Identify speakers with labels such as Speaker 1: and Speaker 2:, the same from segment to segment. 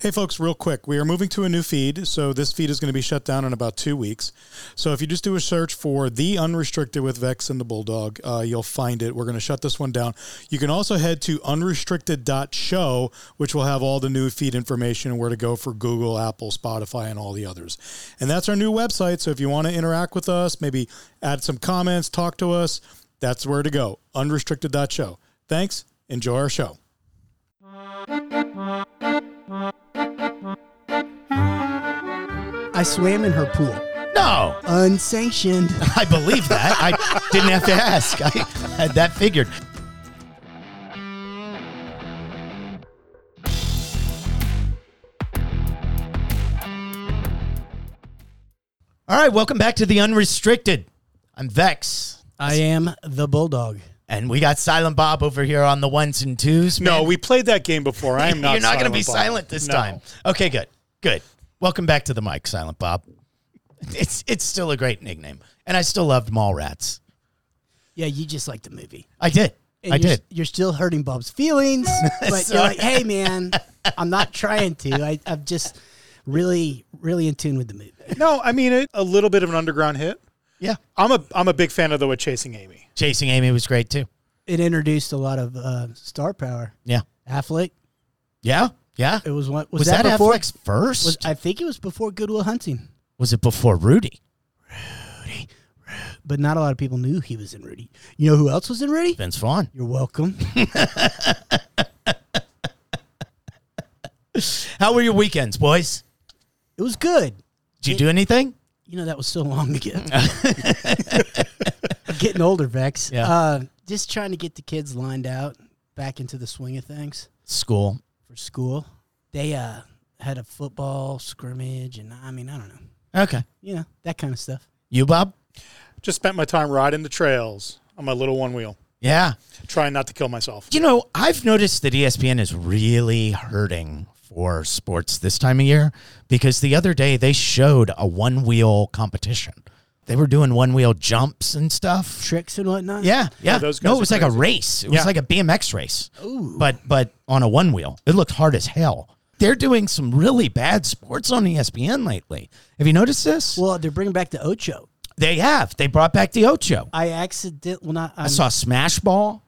Speaker 1: Hey, folks, real quick, we are moving to a new feed. So this feed is going to be shut down in about two weeks. So if you just do a search for The Unrestricted with Vex and the Bulldog, uh, you'll find it. We're going to shut this one down. You can also head to unrestricted.show, which will have all the new feed information and where to go for Google, Apple, Spotify, and all the others. And that's our new website. So if you want to interact with us, maybe add some comments, talk to us, that's where to go. Unrestricted.show. Thanks. Enjoy our show.
Speaker 2: I swam in her pool,
Speaker 3: No,
Speaker 2: unsanctioned.
Speaker 3: I believe that. I didn't have to ask. I had that figured. All right, welcome back to the Unrestricted. I'm Vex,
Speaker 2: I am the bulldog.
Speaker 3: and we got Silent Bob over here on the ones and twos.
Speaker 1: No,
Speaker 3: man.
Speaker 1: we played that game before. I am not.
Speaker 3: you're not going to
Speaker 1: Silent
Speaker 3: be
Speaker 1: Bob.
Speaker 3: silent this
Speaker 1: No.
Speaker 3: time. Okay, good, good. Welcome back to the mic, Silent Bob. It's it's still a great nickname, and I still loved Mallrats.
Speaker 2: Yeah, you just like the movie.
Speaker 3: I did.
Speaker 2: And
Speaker 3: I
Speaker 2: you're,
Speaker 3: did.
Speaker 2: You're still hurting Bob's feelings, but
Speaker 3: Sorry.
Speaker 2: you're like, hey, man, I'm not trying to. I, I'm just really, really in tune with the movie.
Speaker 1: No, I mean it, a little bit of an underground hit.
Speaker 3: Yeah.
Speaker 1: I'm a I'm a big fan of the way Chasing Amy.
Speaker 3: Chasing Amy was great too.
Speaker 2: It introduced a lot of uh, star power.
Speaker 3: Yeah.
Speaker 2: Affleck.
Speaker 3: Yeah. Yeah.
Speaker 2: It was one. Was,
Speaker 3: Was, that,
Speaker 2: that, before?
Speaker 3: Affleck's first? Was,
Speaker 2: Was, I think it was before Goodwill Hunting,
Speaker 3: it before Rudy?
Speaker 2: but not a lot of people knew he was in Rudy. You know who else was in Rudy?
Speaker 3: Vince Vaughn.
Speaker 2: You're welcome.
Speaker 3: How were your weekends, boys?
Speaker 2: it was good.
Speaker 3: Did you do anything?
Speaker 2: You know, that was so long ago. Getting older, Vex.
Speaker 3: Yeah.
Speaker 2: Uh, just trying to get the kids lined out back into the swing of things
Speaker 3: School.
Speaker 2: for school. They uh, had a football scrimmage, and I mean, I don't know.
Speaker 3: Okay.
Speaker 2: You know, that kind of stuff.
Speaker 3: You, Bob?
Speaker 1: Just spent my time riding the trails on my little one wheel,
Speaker 3: Yeah.
Speaker 1: trying not to kill myself.
Speaker 3: You know, I've noticed that E ESPN is really hurting for sports this time of year because the other day they showed a one wheel competition. They were doing one wheel jumps and stuff.
Speaker 2: Tricks and whatnot.
Speaker 3: Yeah, yeah.
Speaker 1: those guys
Speaker 3: no,
Speaker 1: are
Speaker 3: it was like a
Speaker 1: crazy.
Speaker 3: race. It was
Speaker 1: Yeah.
Speaker 3: like a BMX race. But but on a one wheel. It looked hard as hell. They're doing some really bad sports on E ESPN lately. Have you noticed this?
Speaker 2: Well, they're bringing back the Ocho.
Speaker 3: they have. They brought back the Ocho.
Speaker 2: I accident. Well, not.
Speaker 3: I
Speaker 2: I'm,
Speaker 3: saw Smash Ball.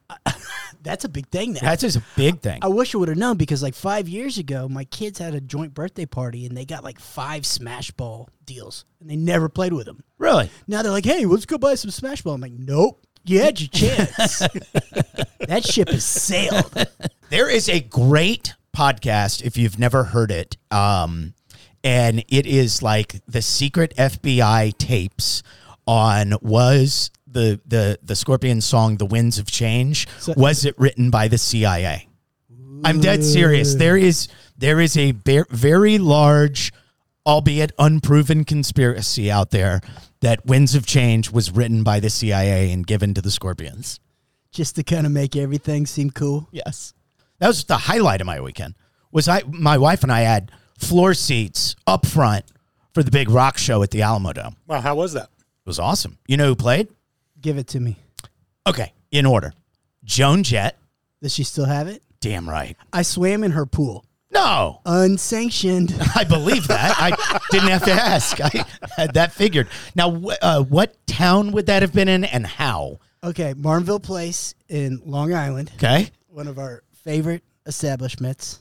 Speaker 2: that's a big thing now.
Speaker 3: That's just a big thing.
Speaker 2: I wish I would have known because like five years ago, my kids had a joint birthday party and they got like five Smash Ball deals and they never played with them.
Speaker 3: Really?
Speaker 2: Now they're like, hey, let's go buy some Smash Ball. I'm like, nope, you had your chance. that ship has sailed.
Speaker 3: There is a great podcast if you've never heard it. Um, and it is like the secret FBI tapes on was the the the Scorpion song "The Winds of Change" was it written by the CIA? I'm dead serious. There is there is a ver- very large, albeit unproven conspiracy out there that "Winds of Change" was written by the CIA and given to the Scorpions.
Speaker 2: Just to kind of make everything seem cool.
Speaker 3: Yes. That was the highlight of my weekend. Was I my wife and I had floor seats up front for the big rock show at the Alamo Dome. It
Speaker 1: Wow, how was that?
Speaker 3: was awesome. You know who played?
Speaker 2: Give it to me.
Speaker 3: Okay, in order. Joan Jett.
Speaker 2: Does she still have it?
Speaker 3: Damn right.
Speaker 2: I swam in her pool.
Speaker 3: No,
Speaker 2: Unsanctioned.
Speaker 3: I believe that. I didn't have to ask. I had that figured. Now, wh- uh, what town would that have been in and how?
Speaker 2: Okay, Marnville Place in Long Island,
Speaker 3: Okay.
Speaker 2: one of our favorite establishments.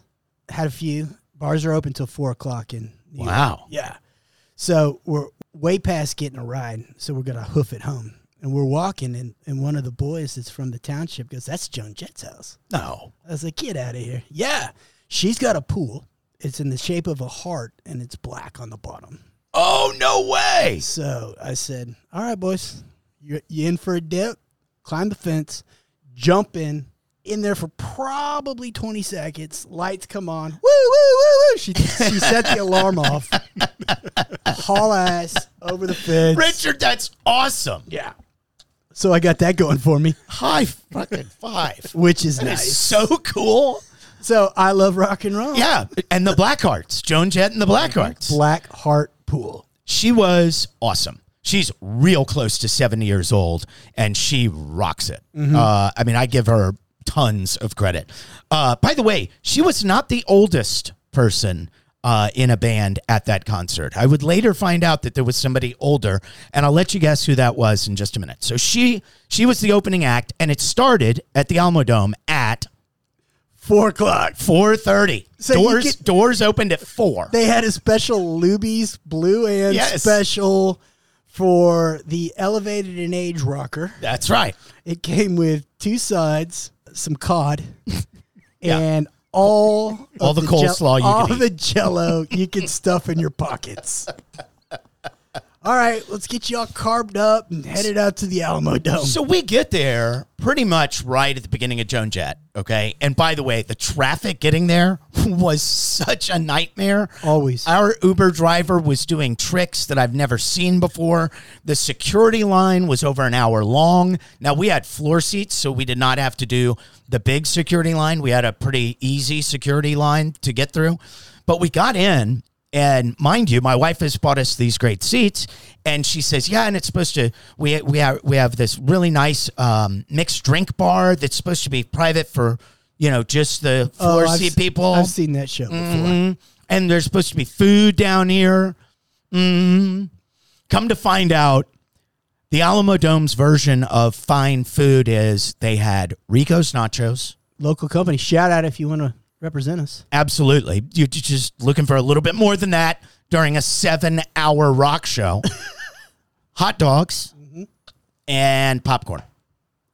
Speaker 2: Had a few. Bars are open till four o'clock in New York.
Speaker 3: Wow.
Speaker 2: Yeah. So we're way past getting a ride, so we're gonna hoof it home. And we're walking, and, and one of the boys that's from the township goes, "That's Joan Jett's house."
Speaker 3: No.
Speaker 2: I was like, "Get out of here!" Yeah, she's got a pool. It's in the shape of a heart, and it's black on the bottom.
Speaker 3: Oh, no way.
Speaker 2: So I said, "All right, boys, you you in for a dip? Climb the fence, jump in." In there for probably 20 seconds. Lights come on. Woo, woo, woo, woo. She, she set the alarm off. Haul ass over the fence.
Speaker 3: Richard, that's awesome.
Speaker 2: Yeah. So I got that going for me,
Speaker 3: High fucking five.
Speaker 2: which is
Speaker 3: That is
Speaker 2: nice.
Speaker 3: so cool.
Speaker 2: So I love rock and roll.
Speaker 3: Yeah, and the Blackhearts, Joan Jett and the Blackhearts.
Speaker 2: Black Heart Pool.
Speaker 3: She was awesome. She's real close to 70 years old and she rocks it.
Speaker 2: Mm-hmm.
Speaker 3: Uh, I mean, I give her tons of credit. Uh, by the way, she was not the oldest person uh, in a band at that concert. I would later find out that there was somebody older, and I'll let you guess who that was in just a minute. So she she was the opening act, and it started at the Alamo Dome at
Speaker 2: Four o'clock.
Speaker 3: four thirty.
Speaker 2: So you
Speaker 3: doors
Speaker 2: get-
Speaker 3: doors opened at four.
Speaker 2: They had a special Luby's Blue and
Speaker 3: Yes.
Speaker 2: special for the elevated in age rocker.
Speaker 3: That's right.
Speaker 2: It came with two sides, some cod,
Speaker 3: Yeah.
Speaker 2: and all
Speaker 3: All
Speaker 2: of
Speaker 3: the coleslaw you could
Speaker 2: all
Speaker 3: eat.
Speaker 2: the Jello you can stuff in your pockets. All right, let's get y'all carved up and headed out to the Alamo Dome.
Speaker 3: So we get there pretty much right at the beginning of Joan Jett. Okay. And by the way, the traffic getting there was such a nightmare.
Speaker 2: Always.
Speaker 3: Our Uber driver was doing tricks that I've never seen before. The security line was over an hour long. Now we had floor seats, so we did not have to do the big security line. We had a pretty easy security line to get through. But we got in and mind you, my wife has bought us these great seats, and she says, "Yeah, and it's supposed to. We we have we have this really nice um, mixed drink bar that's supposed to be private for you know just the
Speaker 2: Oh,
Speaker 3: floor
Speaker 2: I've
Speaker 3: seat
Speaker 2: s-
Speaker 3: people,
Speaker 2: I've seen that show before.
Speaker 3: Mhm. and there's supposed to be food down here." Mhm. Come to find out, the Alamo Dome's version of fine food is they had Rico's nachos.
Speaker 2: Local company. Shout out if you want to represent us.
Speaker 3: Absolutely. You're ju- just looking for a little bit more than that during a seven hour rock show. Hot dogs and popcorn.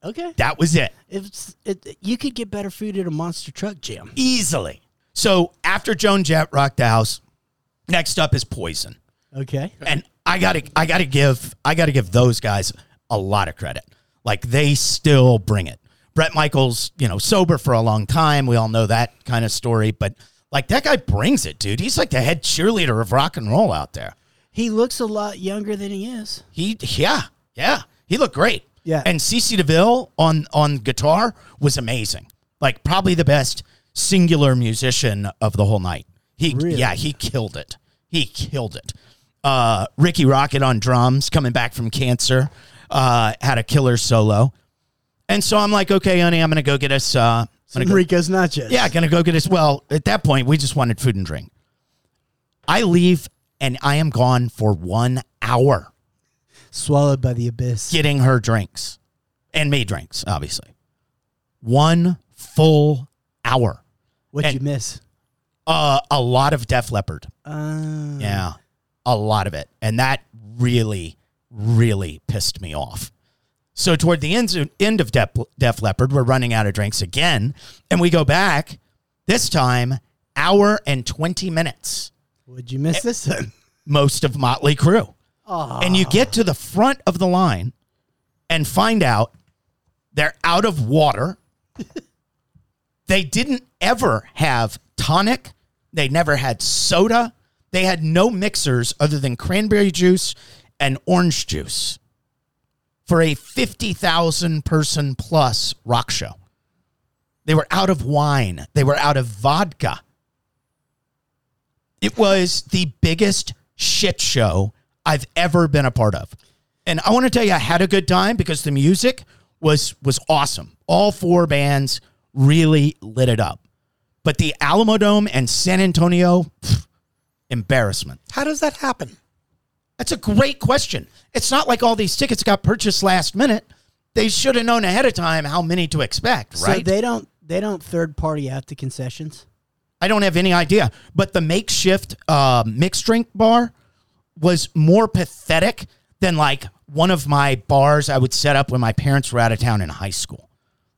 Speaker 2: Okay.
Speaker 3: That was it.
Speaker 2: It's it, you could get better food at a monster truck jam.
Speaker 3: Easily. So after Joan Jett rocked the house, next up is Poison.
Speaker 2: Okay.
Speaker 3: And I gotta I gotta give I gotta give those guys a lot of credit. Like they still bring it. Brett Michaels, you know, sober for a long time. We all know that kind of story, but like that guy brings it, dude. He's like the head cheerleader of rock and roll out there.
Speaker 2: He looks a lot younger than he is.
Speaker 3: He yeah, yeah. He looked great.
Speaker 2: Yeah.
Speaker 3: And CC DeVille on on guitar was amazing. Like probably the best singular musician of the whole night. He
Speaker 2: Really?
Speaker 3: yeah, he killed it. He killed it. Uh Ricky Rocket on drums coming back from cancer. Uh had a killer solo. And so I'm like, okay, honey, I'm gonna go get us uh I'm gonna go-
Speaker 2: Enrico's nachos.
Speaker 3: yeah, gonna go get us. Well, at that point, we just wanted food and drink. I leave and I am gone for one hour
Speaker 2: Swallowed by the abyss.
Speaker 3: getting her drinks and me drinks, obviously. One full hour.
Speaker 2: What'd
Speaker 3: and-
Speaker 2: you miss?
Speaker 3: Uh, a lot of Def Leppard.
Speaker 2: Uh,
Speaker 3: Yeah. A lot of it. And that really, really pissed me off. So toward the end, end of Def, Def Leppard, we're running out of drinks again. And we go back, this time, hour and 20 minutes,
Speaker 2: What'd you miss this time?
Speaker 3: most of Motley Crue.
Speaker 2: Aw.
Speaker 3: and you get to the front of the line and find out they're out of water. they didn't ever have tonic. They never had soda. They had no mixers other than cranberry juice and orange juice for a 50,000 person plus rock show. They were out of wine, they were out of vodka. It was the biggest shit show I've ever been a part of. And I want to tell you I had a good time because the music was was awesome. All four bands really lit it up. But the Alamo Dome and San Antonio pff, embarrassment.
Speaker 4: How does that happen?
Speaker 3: That's a great question. It's not like all these tickets got purchased last minute. They should have known ahead of time how many to expect,
Speaker 2: So
Speaker 3: right?
Speaker 2: they don't they don't third party out the concessions.
Speaker 3: I don't have any idea. But the makeshift uh, mixed drink bar was more pathetic than like one of my bars I would set up when my parents were out of town in high school.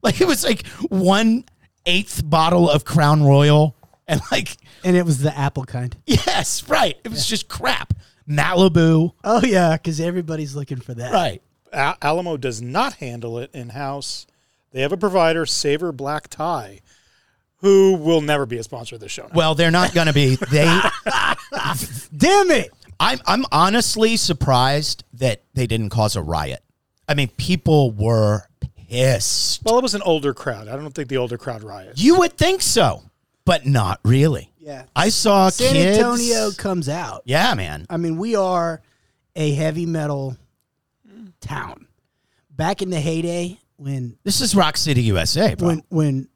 Speaker 3: Like it was like one eighth bottle of Crown Royal and like
Speaker 2: And it was the apple kind.
Speaker 3: yes, right. It was just crap. Malibu,
Speaker 2: Oh yeah, because everybody's looking for that.
Speaker 3: right?
Speaker 1: Al- Alamo does not handle it in house. They have a provider, Saver Black Tie, who will never be a sponsor of this show. now.
Speaker 3: Well, they're not going to be. They
Speaker 2: Damn it!
Speaker 3: I'm I'm honestly surprised that they didn't cause a riot. I mean, people were pissed.
Speaker 1: Well, it was an older crowd. I don't think the older crowd riots.
Speaker 3: You would think so, but not really.
Speaker 2: Yeah.
Speaker 3: I saw
Speaker 2: San
Speaker 3: Uh, kids-
Speaker 2: Antonio comes out.
Speaker 3: Yeah, man.
Speaker 2: I mean, we are a heavy metal
Speaker 3: Mm.
Speaker 2: town. Back in the heyday when
Speaker 3: This is Rock City, USA, bro.
Speaker 2: when when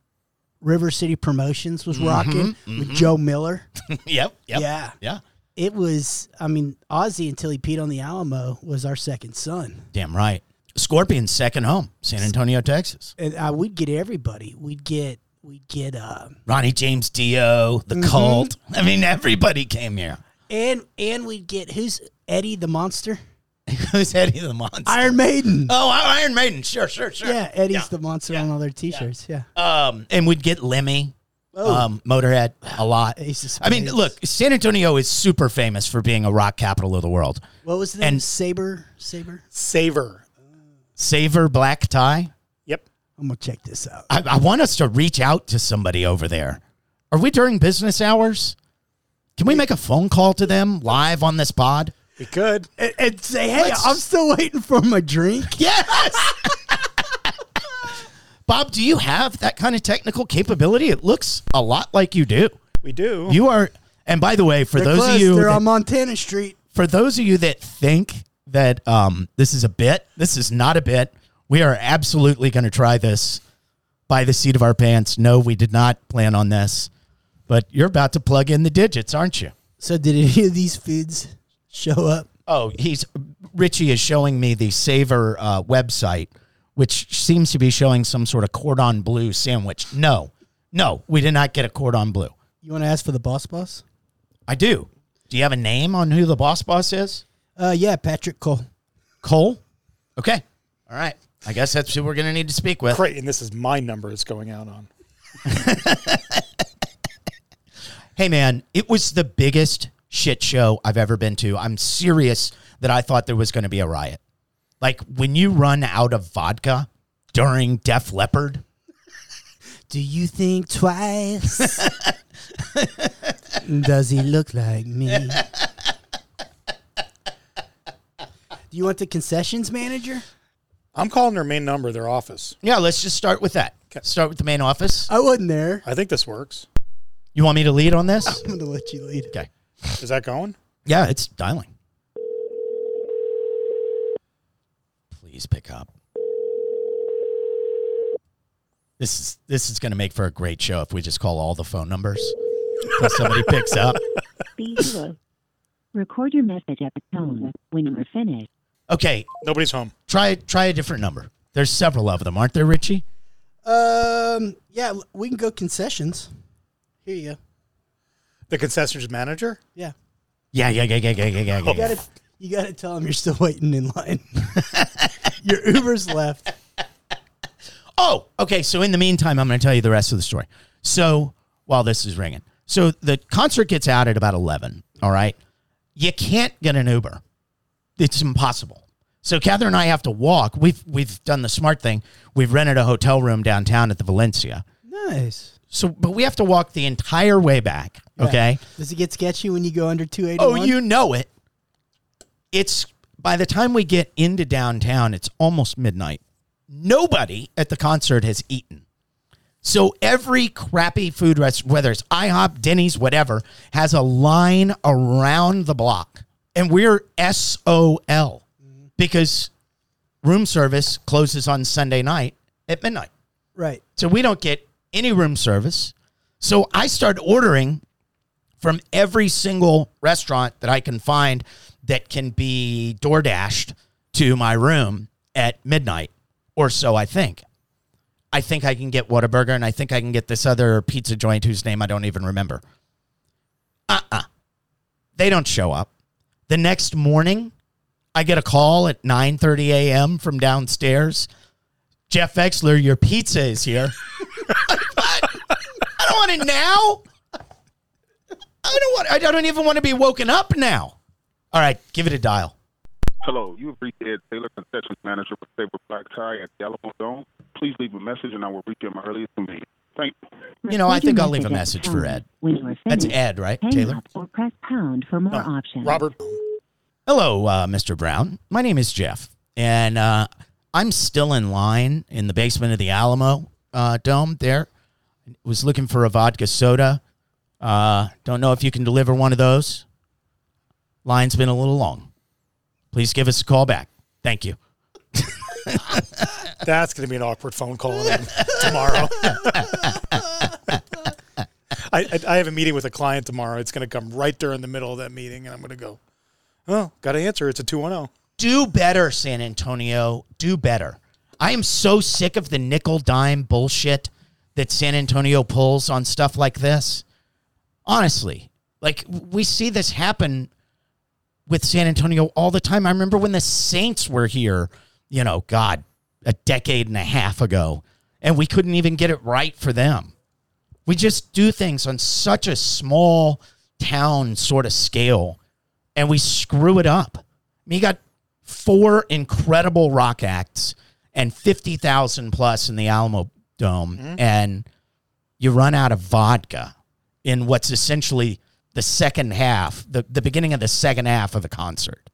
Speaker 2: River City Promotions was rocking with Joe Miller.
Speaker 3: yep, Mm-hmm. yep.
Speaker 2: Yeah.
Speaker 3: Yeah.
Speaker 2: It was, I mean, Ozzy until he peed on the Alamo was our second son.
Speaker 3: Damn right. Scorpion's second home, San Antonio, Texas.
Speaker 2: And uh, we'd get everybody. We'd get, we'd get, uh,
Speaker 3: Ronnie James Dio, the
Speaker 2: Mm-hmm.
Speaker 3: cult. I mean, everybody came here.
Speaker 2: and, and we'd get, who's Eddie the Monster?
Speaker 3: Who's Eddie the Monster?
Speaker 2: Iron Maiden.
Speaker 3: oh, I- Iron Maiden. Sure, sure, sure.
Speaker 2: yeah. Eddie's
Speaker 3: yeah.
Speaker 2: the Monster on all their t shirts. Yeah.
Speaker 3: Um, and we'd get Lemmy,
Speaker 2: Oh.
Speaker 3: um, Motorhead a lot.
Speaker 2: Ace of
Speaker 3: I mean,
Speaker 2: Spades.
Speaker 3: look, San Antonio is super famous for being a rock capital of the world.
Speaker 2: What was the name?
Speaker 3: And-
Speaker 2: Saber? Saber?
Speaker 1: Savor.
Speaker 3: Savor Black Tie.
Speaker 1: Yep.
Speaker 2: I'm going to check this out.
Speaker 3: I, I want us to reach out to somebody over there. Are we during business hours? Can we make a phone call to them live on this pod?
Speaker 1: We could.
Speaker 2: And, and say, hey,
Speaker 3: Let's-
Speaker 2: I'm still waiting for my drink.
Speaker 3: Yes. Bob, do you have that kind of technical capability? It looks a lot like you do.
Speaker 1: We do.
Speaker 3: You are, and by the way, for
Speaker 2: They're
Speaker 3: those
Speaker 2: close.
Speaker 3: of you,
Speaker 2: They're
Speaker 3: that-
Speaker 2: on Montana Street.
Speaker 3: for those of you that think that um, this is a bit, this is not a bit. We are absolutely going to try this by the seat of our pants. No, we did not plan on this, but you're about to plug in the digits, aren't you?
Speaker 2: So did any of these foods show up?
Speaker 3: Oh, he's Richie is showing me the Savor uh, website, which seems to be showing some sort of cordon bleu sandwich. No, no, we did not get a cordon bleu.
Speaker 2: You want to ask for the boss boss?
Speaker 3: I do. Do you have a name on who the boss boss is?
Speaker 2: Uh, yeah, Patrick Cole.
Speaker 3: Cole. Okay. All right. I guess that's who we're gonna need to speak with.
Speaker 1: Great. And this is my number it's going out on.
Speaker 3: Hey, man, it was the biggest shit show I've ever been to. I'm serious that I thought there was going to be a riot. Like when you run out of vodka during Def Leppard.
Speaker 2: Do you think twice? Does he look like me? Do you want the concessions manager?
Speaker 1: I'm calling their main number, their office.
Speaker 3: Yeah, let's just start with that. Start with the main office.
Speaker 2: I wasn't there.
Speaker 1: I think this works.
Speaker 3: You want me to lead on this?
Speaker 2: I'm gonna let you lead.
Speaker 3: Okay.
Speaker 1: Is that going?
Speaker 3: Yeah, it's dialing. Please pick up. This is this is going to make for a great show if we just call all the phone numbers. Till somebody picks up.
Speaker 4: Be zero. Record your message at the tone. When you are finished,
Speaker 3: Okay,
Speaker 1: Nobody's home.
Speaker 3: try try a different number. There's several of them, aren't there, Richie?
Speaker 2: Um, yeah, l- we can go concessions. Here you go.
Speaker 1: The concessions manager?
Speaker 2: Yeah,
Speaker 3: Yeah, yeah, yeah, yeah, yeah, yeah, yeah. yeah.
Speaker 2: you gotta, you gotta tell him you're still waiting in line. your Uber's left.
Speaker 3: Oh, okay. So in the meantime, I'm going to tell you the rest of the story. So while this is ringing, so the concert gets out at about 11. All right. You can't get an Uber. It's impossible. So Catherine and I have to walk. We've we've done the smart thing. We've rented a hotel room downtown at the Valencia.
Speaker 2: Nice.
Speaker 3: So, but we have to walk the entire way back. Okay.
Speaker 2: Does it get sketchy when you go under two eighty?
Speaker 3: Oh, you know it. It's by the time we get into downtown, it's almost midnight. Nobody at the concert has eaten. So every crappy food rest, whether it's IHOP, Denny's, whatever, has a line around the block. And we're SOL because room service closes on Sunday night at midnight.
Speaker 2: right.
Speaker 3: So we don't get any room service. So I start ordering from every single restaurant that I can find that can be door dashed to my room at midnight or so I think. I think I can get Whataburger and I think I can get this other pizza joint whose name I don't even remember. Uh uh They don't show up. The next morning, I get a call at 9:30 a.m. from downstairs. Jeff Exler, your pizza is here. I don't want it now. I don't want. I don't even want to be woken up now. All right, give it a dial.
Speaker 5: Hello, you have reached Ed Taylor, concessions manager with Sabre Black Tie at the Alamo Dome. Please leave a message and I will reach you at my earliest convenience. Thank you.
Speaker 3: You know, I
Speaker 4: Record your
Speaker 3: think I'll leave a
Speaker 4: at the
Speaker 3: message for
Speaker 4: tone.
Speaker 3: Ed.
Speaker 4: When you are
Speaker 3: That's
Speaker 4: finished,
Speaker 3: Ed, right,
Speaker 4: hang
Speaker 3: Taylor?
Speaker 4: up or press pound for more options.
Speaker 1: Robert.
Speaker 3: Hello, uh, Mr. Brown. My name is Jeff, and uh, I'm still in line in the basement of the Alamo uh, Dome. There, was looking for a vodka soda. Uh, don't know if you can deliver one of those. Line's been a little long. Please give us a call back. Thank you.
Speaker 1: That's going to be an awkward phone call tomorrow. I, I I have a meeting with a client tomorrow. It's going to come right during the middle of that meeting, and I'm going to go. Oh, got to answer. It's a two one oh." zero.
Speaker 3: do better, San Antonio. Do better. I am so sick of the nickel dime bullshit that San Antonio pulls on stuff like this. Honestly, like we see this happen with San Antonio all the time. I remember when the Saints were here, you know, God, a decade and a half ago, and we couldn't even get it right for them. We just do things on such a small town sort of scale and we screw it up. I mean, you got four incredible rock acts and 50,000 plus in the Alamo Dome, and you run out of vodka in what's essentially the second half, the, the beginning of the second half of the concert.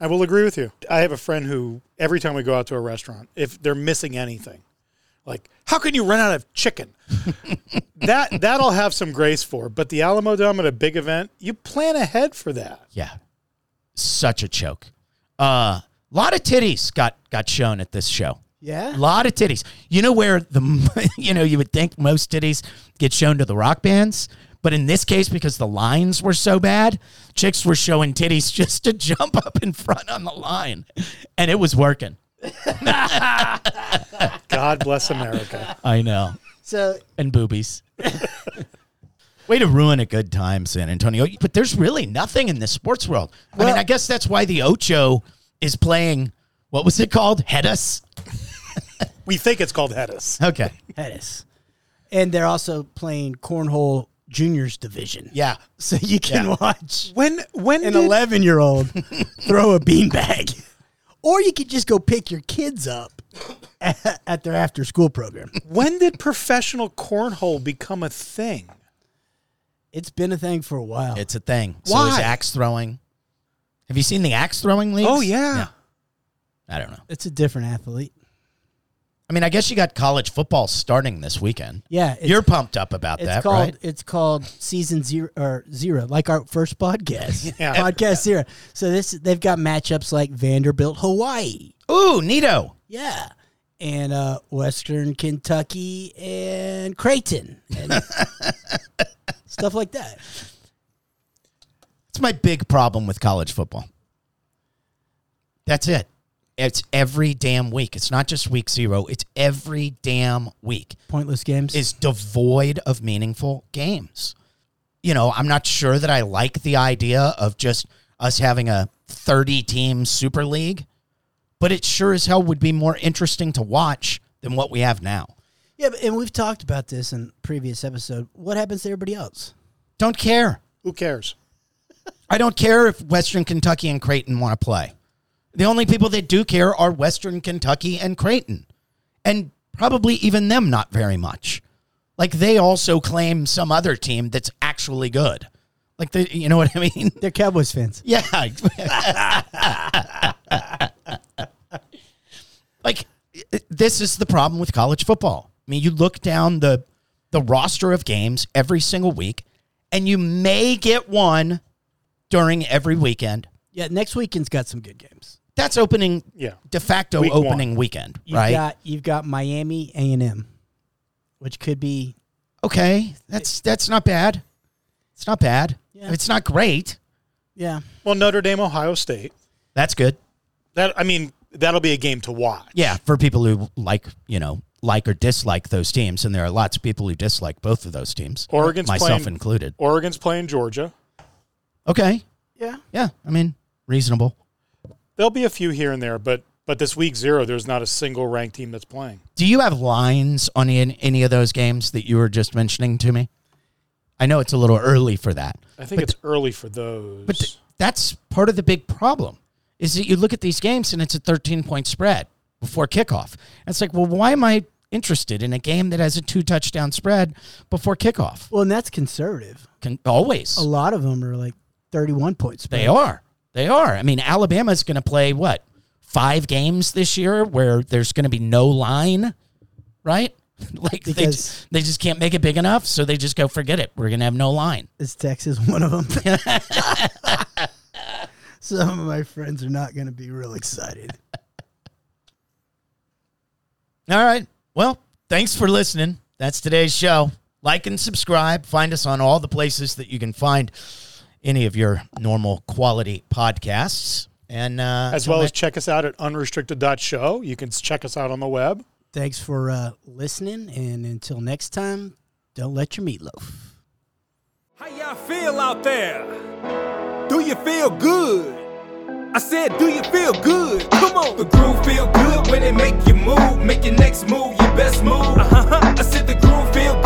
Speaker 1: I will agree with you. I have a friend who every time we go out to a restaurant, if they're missing anything, like how can you run out of chicken? that that I'll have some grace for, but the Alamo Dome at a big event, you plan ahead for that.
Speaker 3: Yeah. Such a choke. A uh, lot of titties got, got shown at this show. A
Speaker 2: Yeah.
Speaker 3: lot of titties. You know where the you know you would think most titties get shown to the rock bands, but in this case because the lines were so bad, chicks were showing titties just to jump up in front on the line, and it was working.
Speaker 1: God bless America.
Speaker 3: I know,
Speaker 2: So
Speaker 3: and boobies. Way to ruin a good time, San Antonio. But there's really nothing in the sports world. I mean, I guess that's why the Ocho is playing. What was it called? Hedis.
Speaker 1: We think it's called Hedis.
Speaker 3: Okay.
Speaker 2: Pettis. And they're also playing cornhole juniors division.
Speaker 3: Yeah.
Speaker 2: So you can watch
Speaker 1: When when
Speaker 2: an
Speaker 1: did-
Speaker 2: 11 year old throw a beanbag. Or you could just go pick your kids up at, at their after school program.
Speaker 1: when did professional cornhole become a thing?
Speaker 2: It's been a thing for a while.
Speaker 3: It's a thing. So is
Speaker 1: Why?
Speaker 3: axe throwing. Have you seen the axe throwing leagues?
Speaker 1: Oh yeah.
Speaker 3: I don't know.
Speaker 2: it's a different athlete.
Speaker 3: I mean, I guess you got college football starting this weekend.
Speaker 2: Yeah. It's,
Speaker 3: You're pumped up about
Speaker 2: it's
Speaker 3: that,
Speaker 2: called
Speaker 3: right?
Speaker 2: it's called season zero or zero, like our first podcast.
Speaker 1: Yeah.
Speaker 2: Podcast zero. So this they've got matchups like Vanderbilt, Hawaii.
Speaker 3: Ooh, Nito.
Speaker 2: Yeah. And uh, Western Kentucky and Creighton and stuff like that.
Speaker 3: It's my big problem with college football. That's it. It's every damn week. It's not just week zero. It's every damn week.
Speaker 2: Pointless games.
Speaker 3: is devoid of meaningful games. You know, I'm not sure that I like the idea of just us having a 30 team super league, but it sure as hell would be more interesting to watch than what we have now.
Speaker 2: yeah, but, and we've talked about this in previous episode. What happens to everybody else?
Speaker 3: Don't care.
Speaker 1: Who cares?
Speaker 3: I don't care if Western Kentucky and Creighton want to play. The only people that do care are Western Kentucky and Creighton, and probably even them not very much. Like they also claim some other team that's actually good. Like the, you know what I mean?
Speaker 2: They're Cowboys fans.
Speaker 3: Yeah. like i- this is the problem with college football. I mean, you look down the the roster of games every single week and you may get one during every weekend.
Speaker 2: Yeah, next weekend's got some good games.
Speaker 3: That's opening
Speaker 1: Yeah.
Speaker 3: de facto
Speaker 1: Week one.
Speaker 3: opening weekend,
Speaker 2: You've
Speaker 3: right?
Speaker 2: got you've got Miami A and M, which could be
Speaker 3: okay. That's that's not bad. It's not bad.
Speaker 2: Yeah.
Speaker 3: It's not great.
Speaker 2: yeah.
Speaker 1: Well, Notre Dame, Ohio State.
Speaker 3: That's good.
Speaker 1: That I mean, that'll be a game to watch.
Speaker 3: Yeah, for people who like, you know, like or dislike those teams, and there are lots of people who dislike both of those teams,
Speaker 1: Oregon's
Speaker 3: myself
Speaker 1: playing-
Speaker 3: included.
Speaker 1: Oregon's playing Georgia.
Speaker 3: Okay,
Speaker 2: Yeah.
Speaker 3: yeah, I mean, reasonable.
Speaker 1: There'll be a few here and there, but but this week zero, there's not a single ranked team that's playing.
Speaker 3: Do you have lines on in, any of those games that you were just mentioning to me? I know it's a little early for that,
Speaker 1: I think it's early for those.
Speaker 3: but th- that's part of the big problem. Is that you look at these games and it's a 13 point spread before kickoff. And it's like, well, why am I interested in a game that has a two touchdown spread before kickoff?
Speaker 2: Well, and that's conservative.
Speaker 3: Can, always.
Speaker 2: A lot of them are like thirty-one points.
Speaker 3: They are. They are. I mean, Alabama's going to play what? Five games this year where there's going to be no line, right? like they
Speaker 2: Because-
Speaker 3: just, they just can't make it big enough, so they just go forget it. We're going to have no line.
Speaker 2: Is Texas one of them? Some of my friends are not going to be real excited.
Speaker 3: All right. Well, thanks for listening. That's today's show. Like and subscribe. Find us on all the places that you can find any of your normal quality podcasts. And uh,
Speaker 1: As well as check us out at unrestricted.show. You can check us out on the web.
Speaker 2: Thanks for uh, listening, and until next time, don't let your meat loaf.
Speaker 6: How y'all feel out there? Do you feel good? I said, do you feel good? Come on. The groove feel good when it make you move. Make your next move your best move. Uh-huh. I said the groove feel Uh-huh.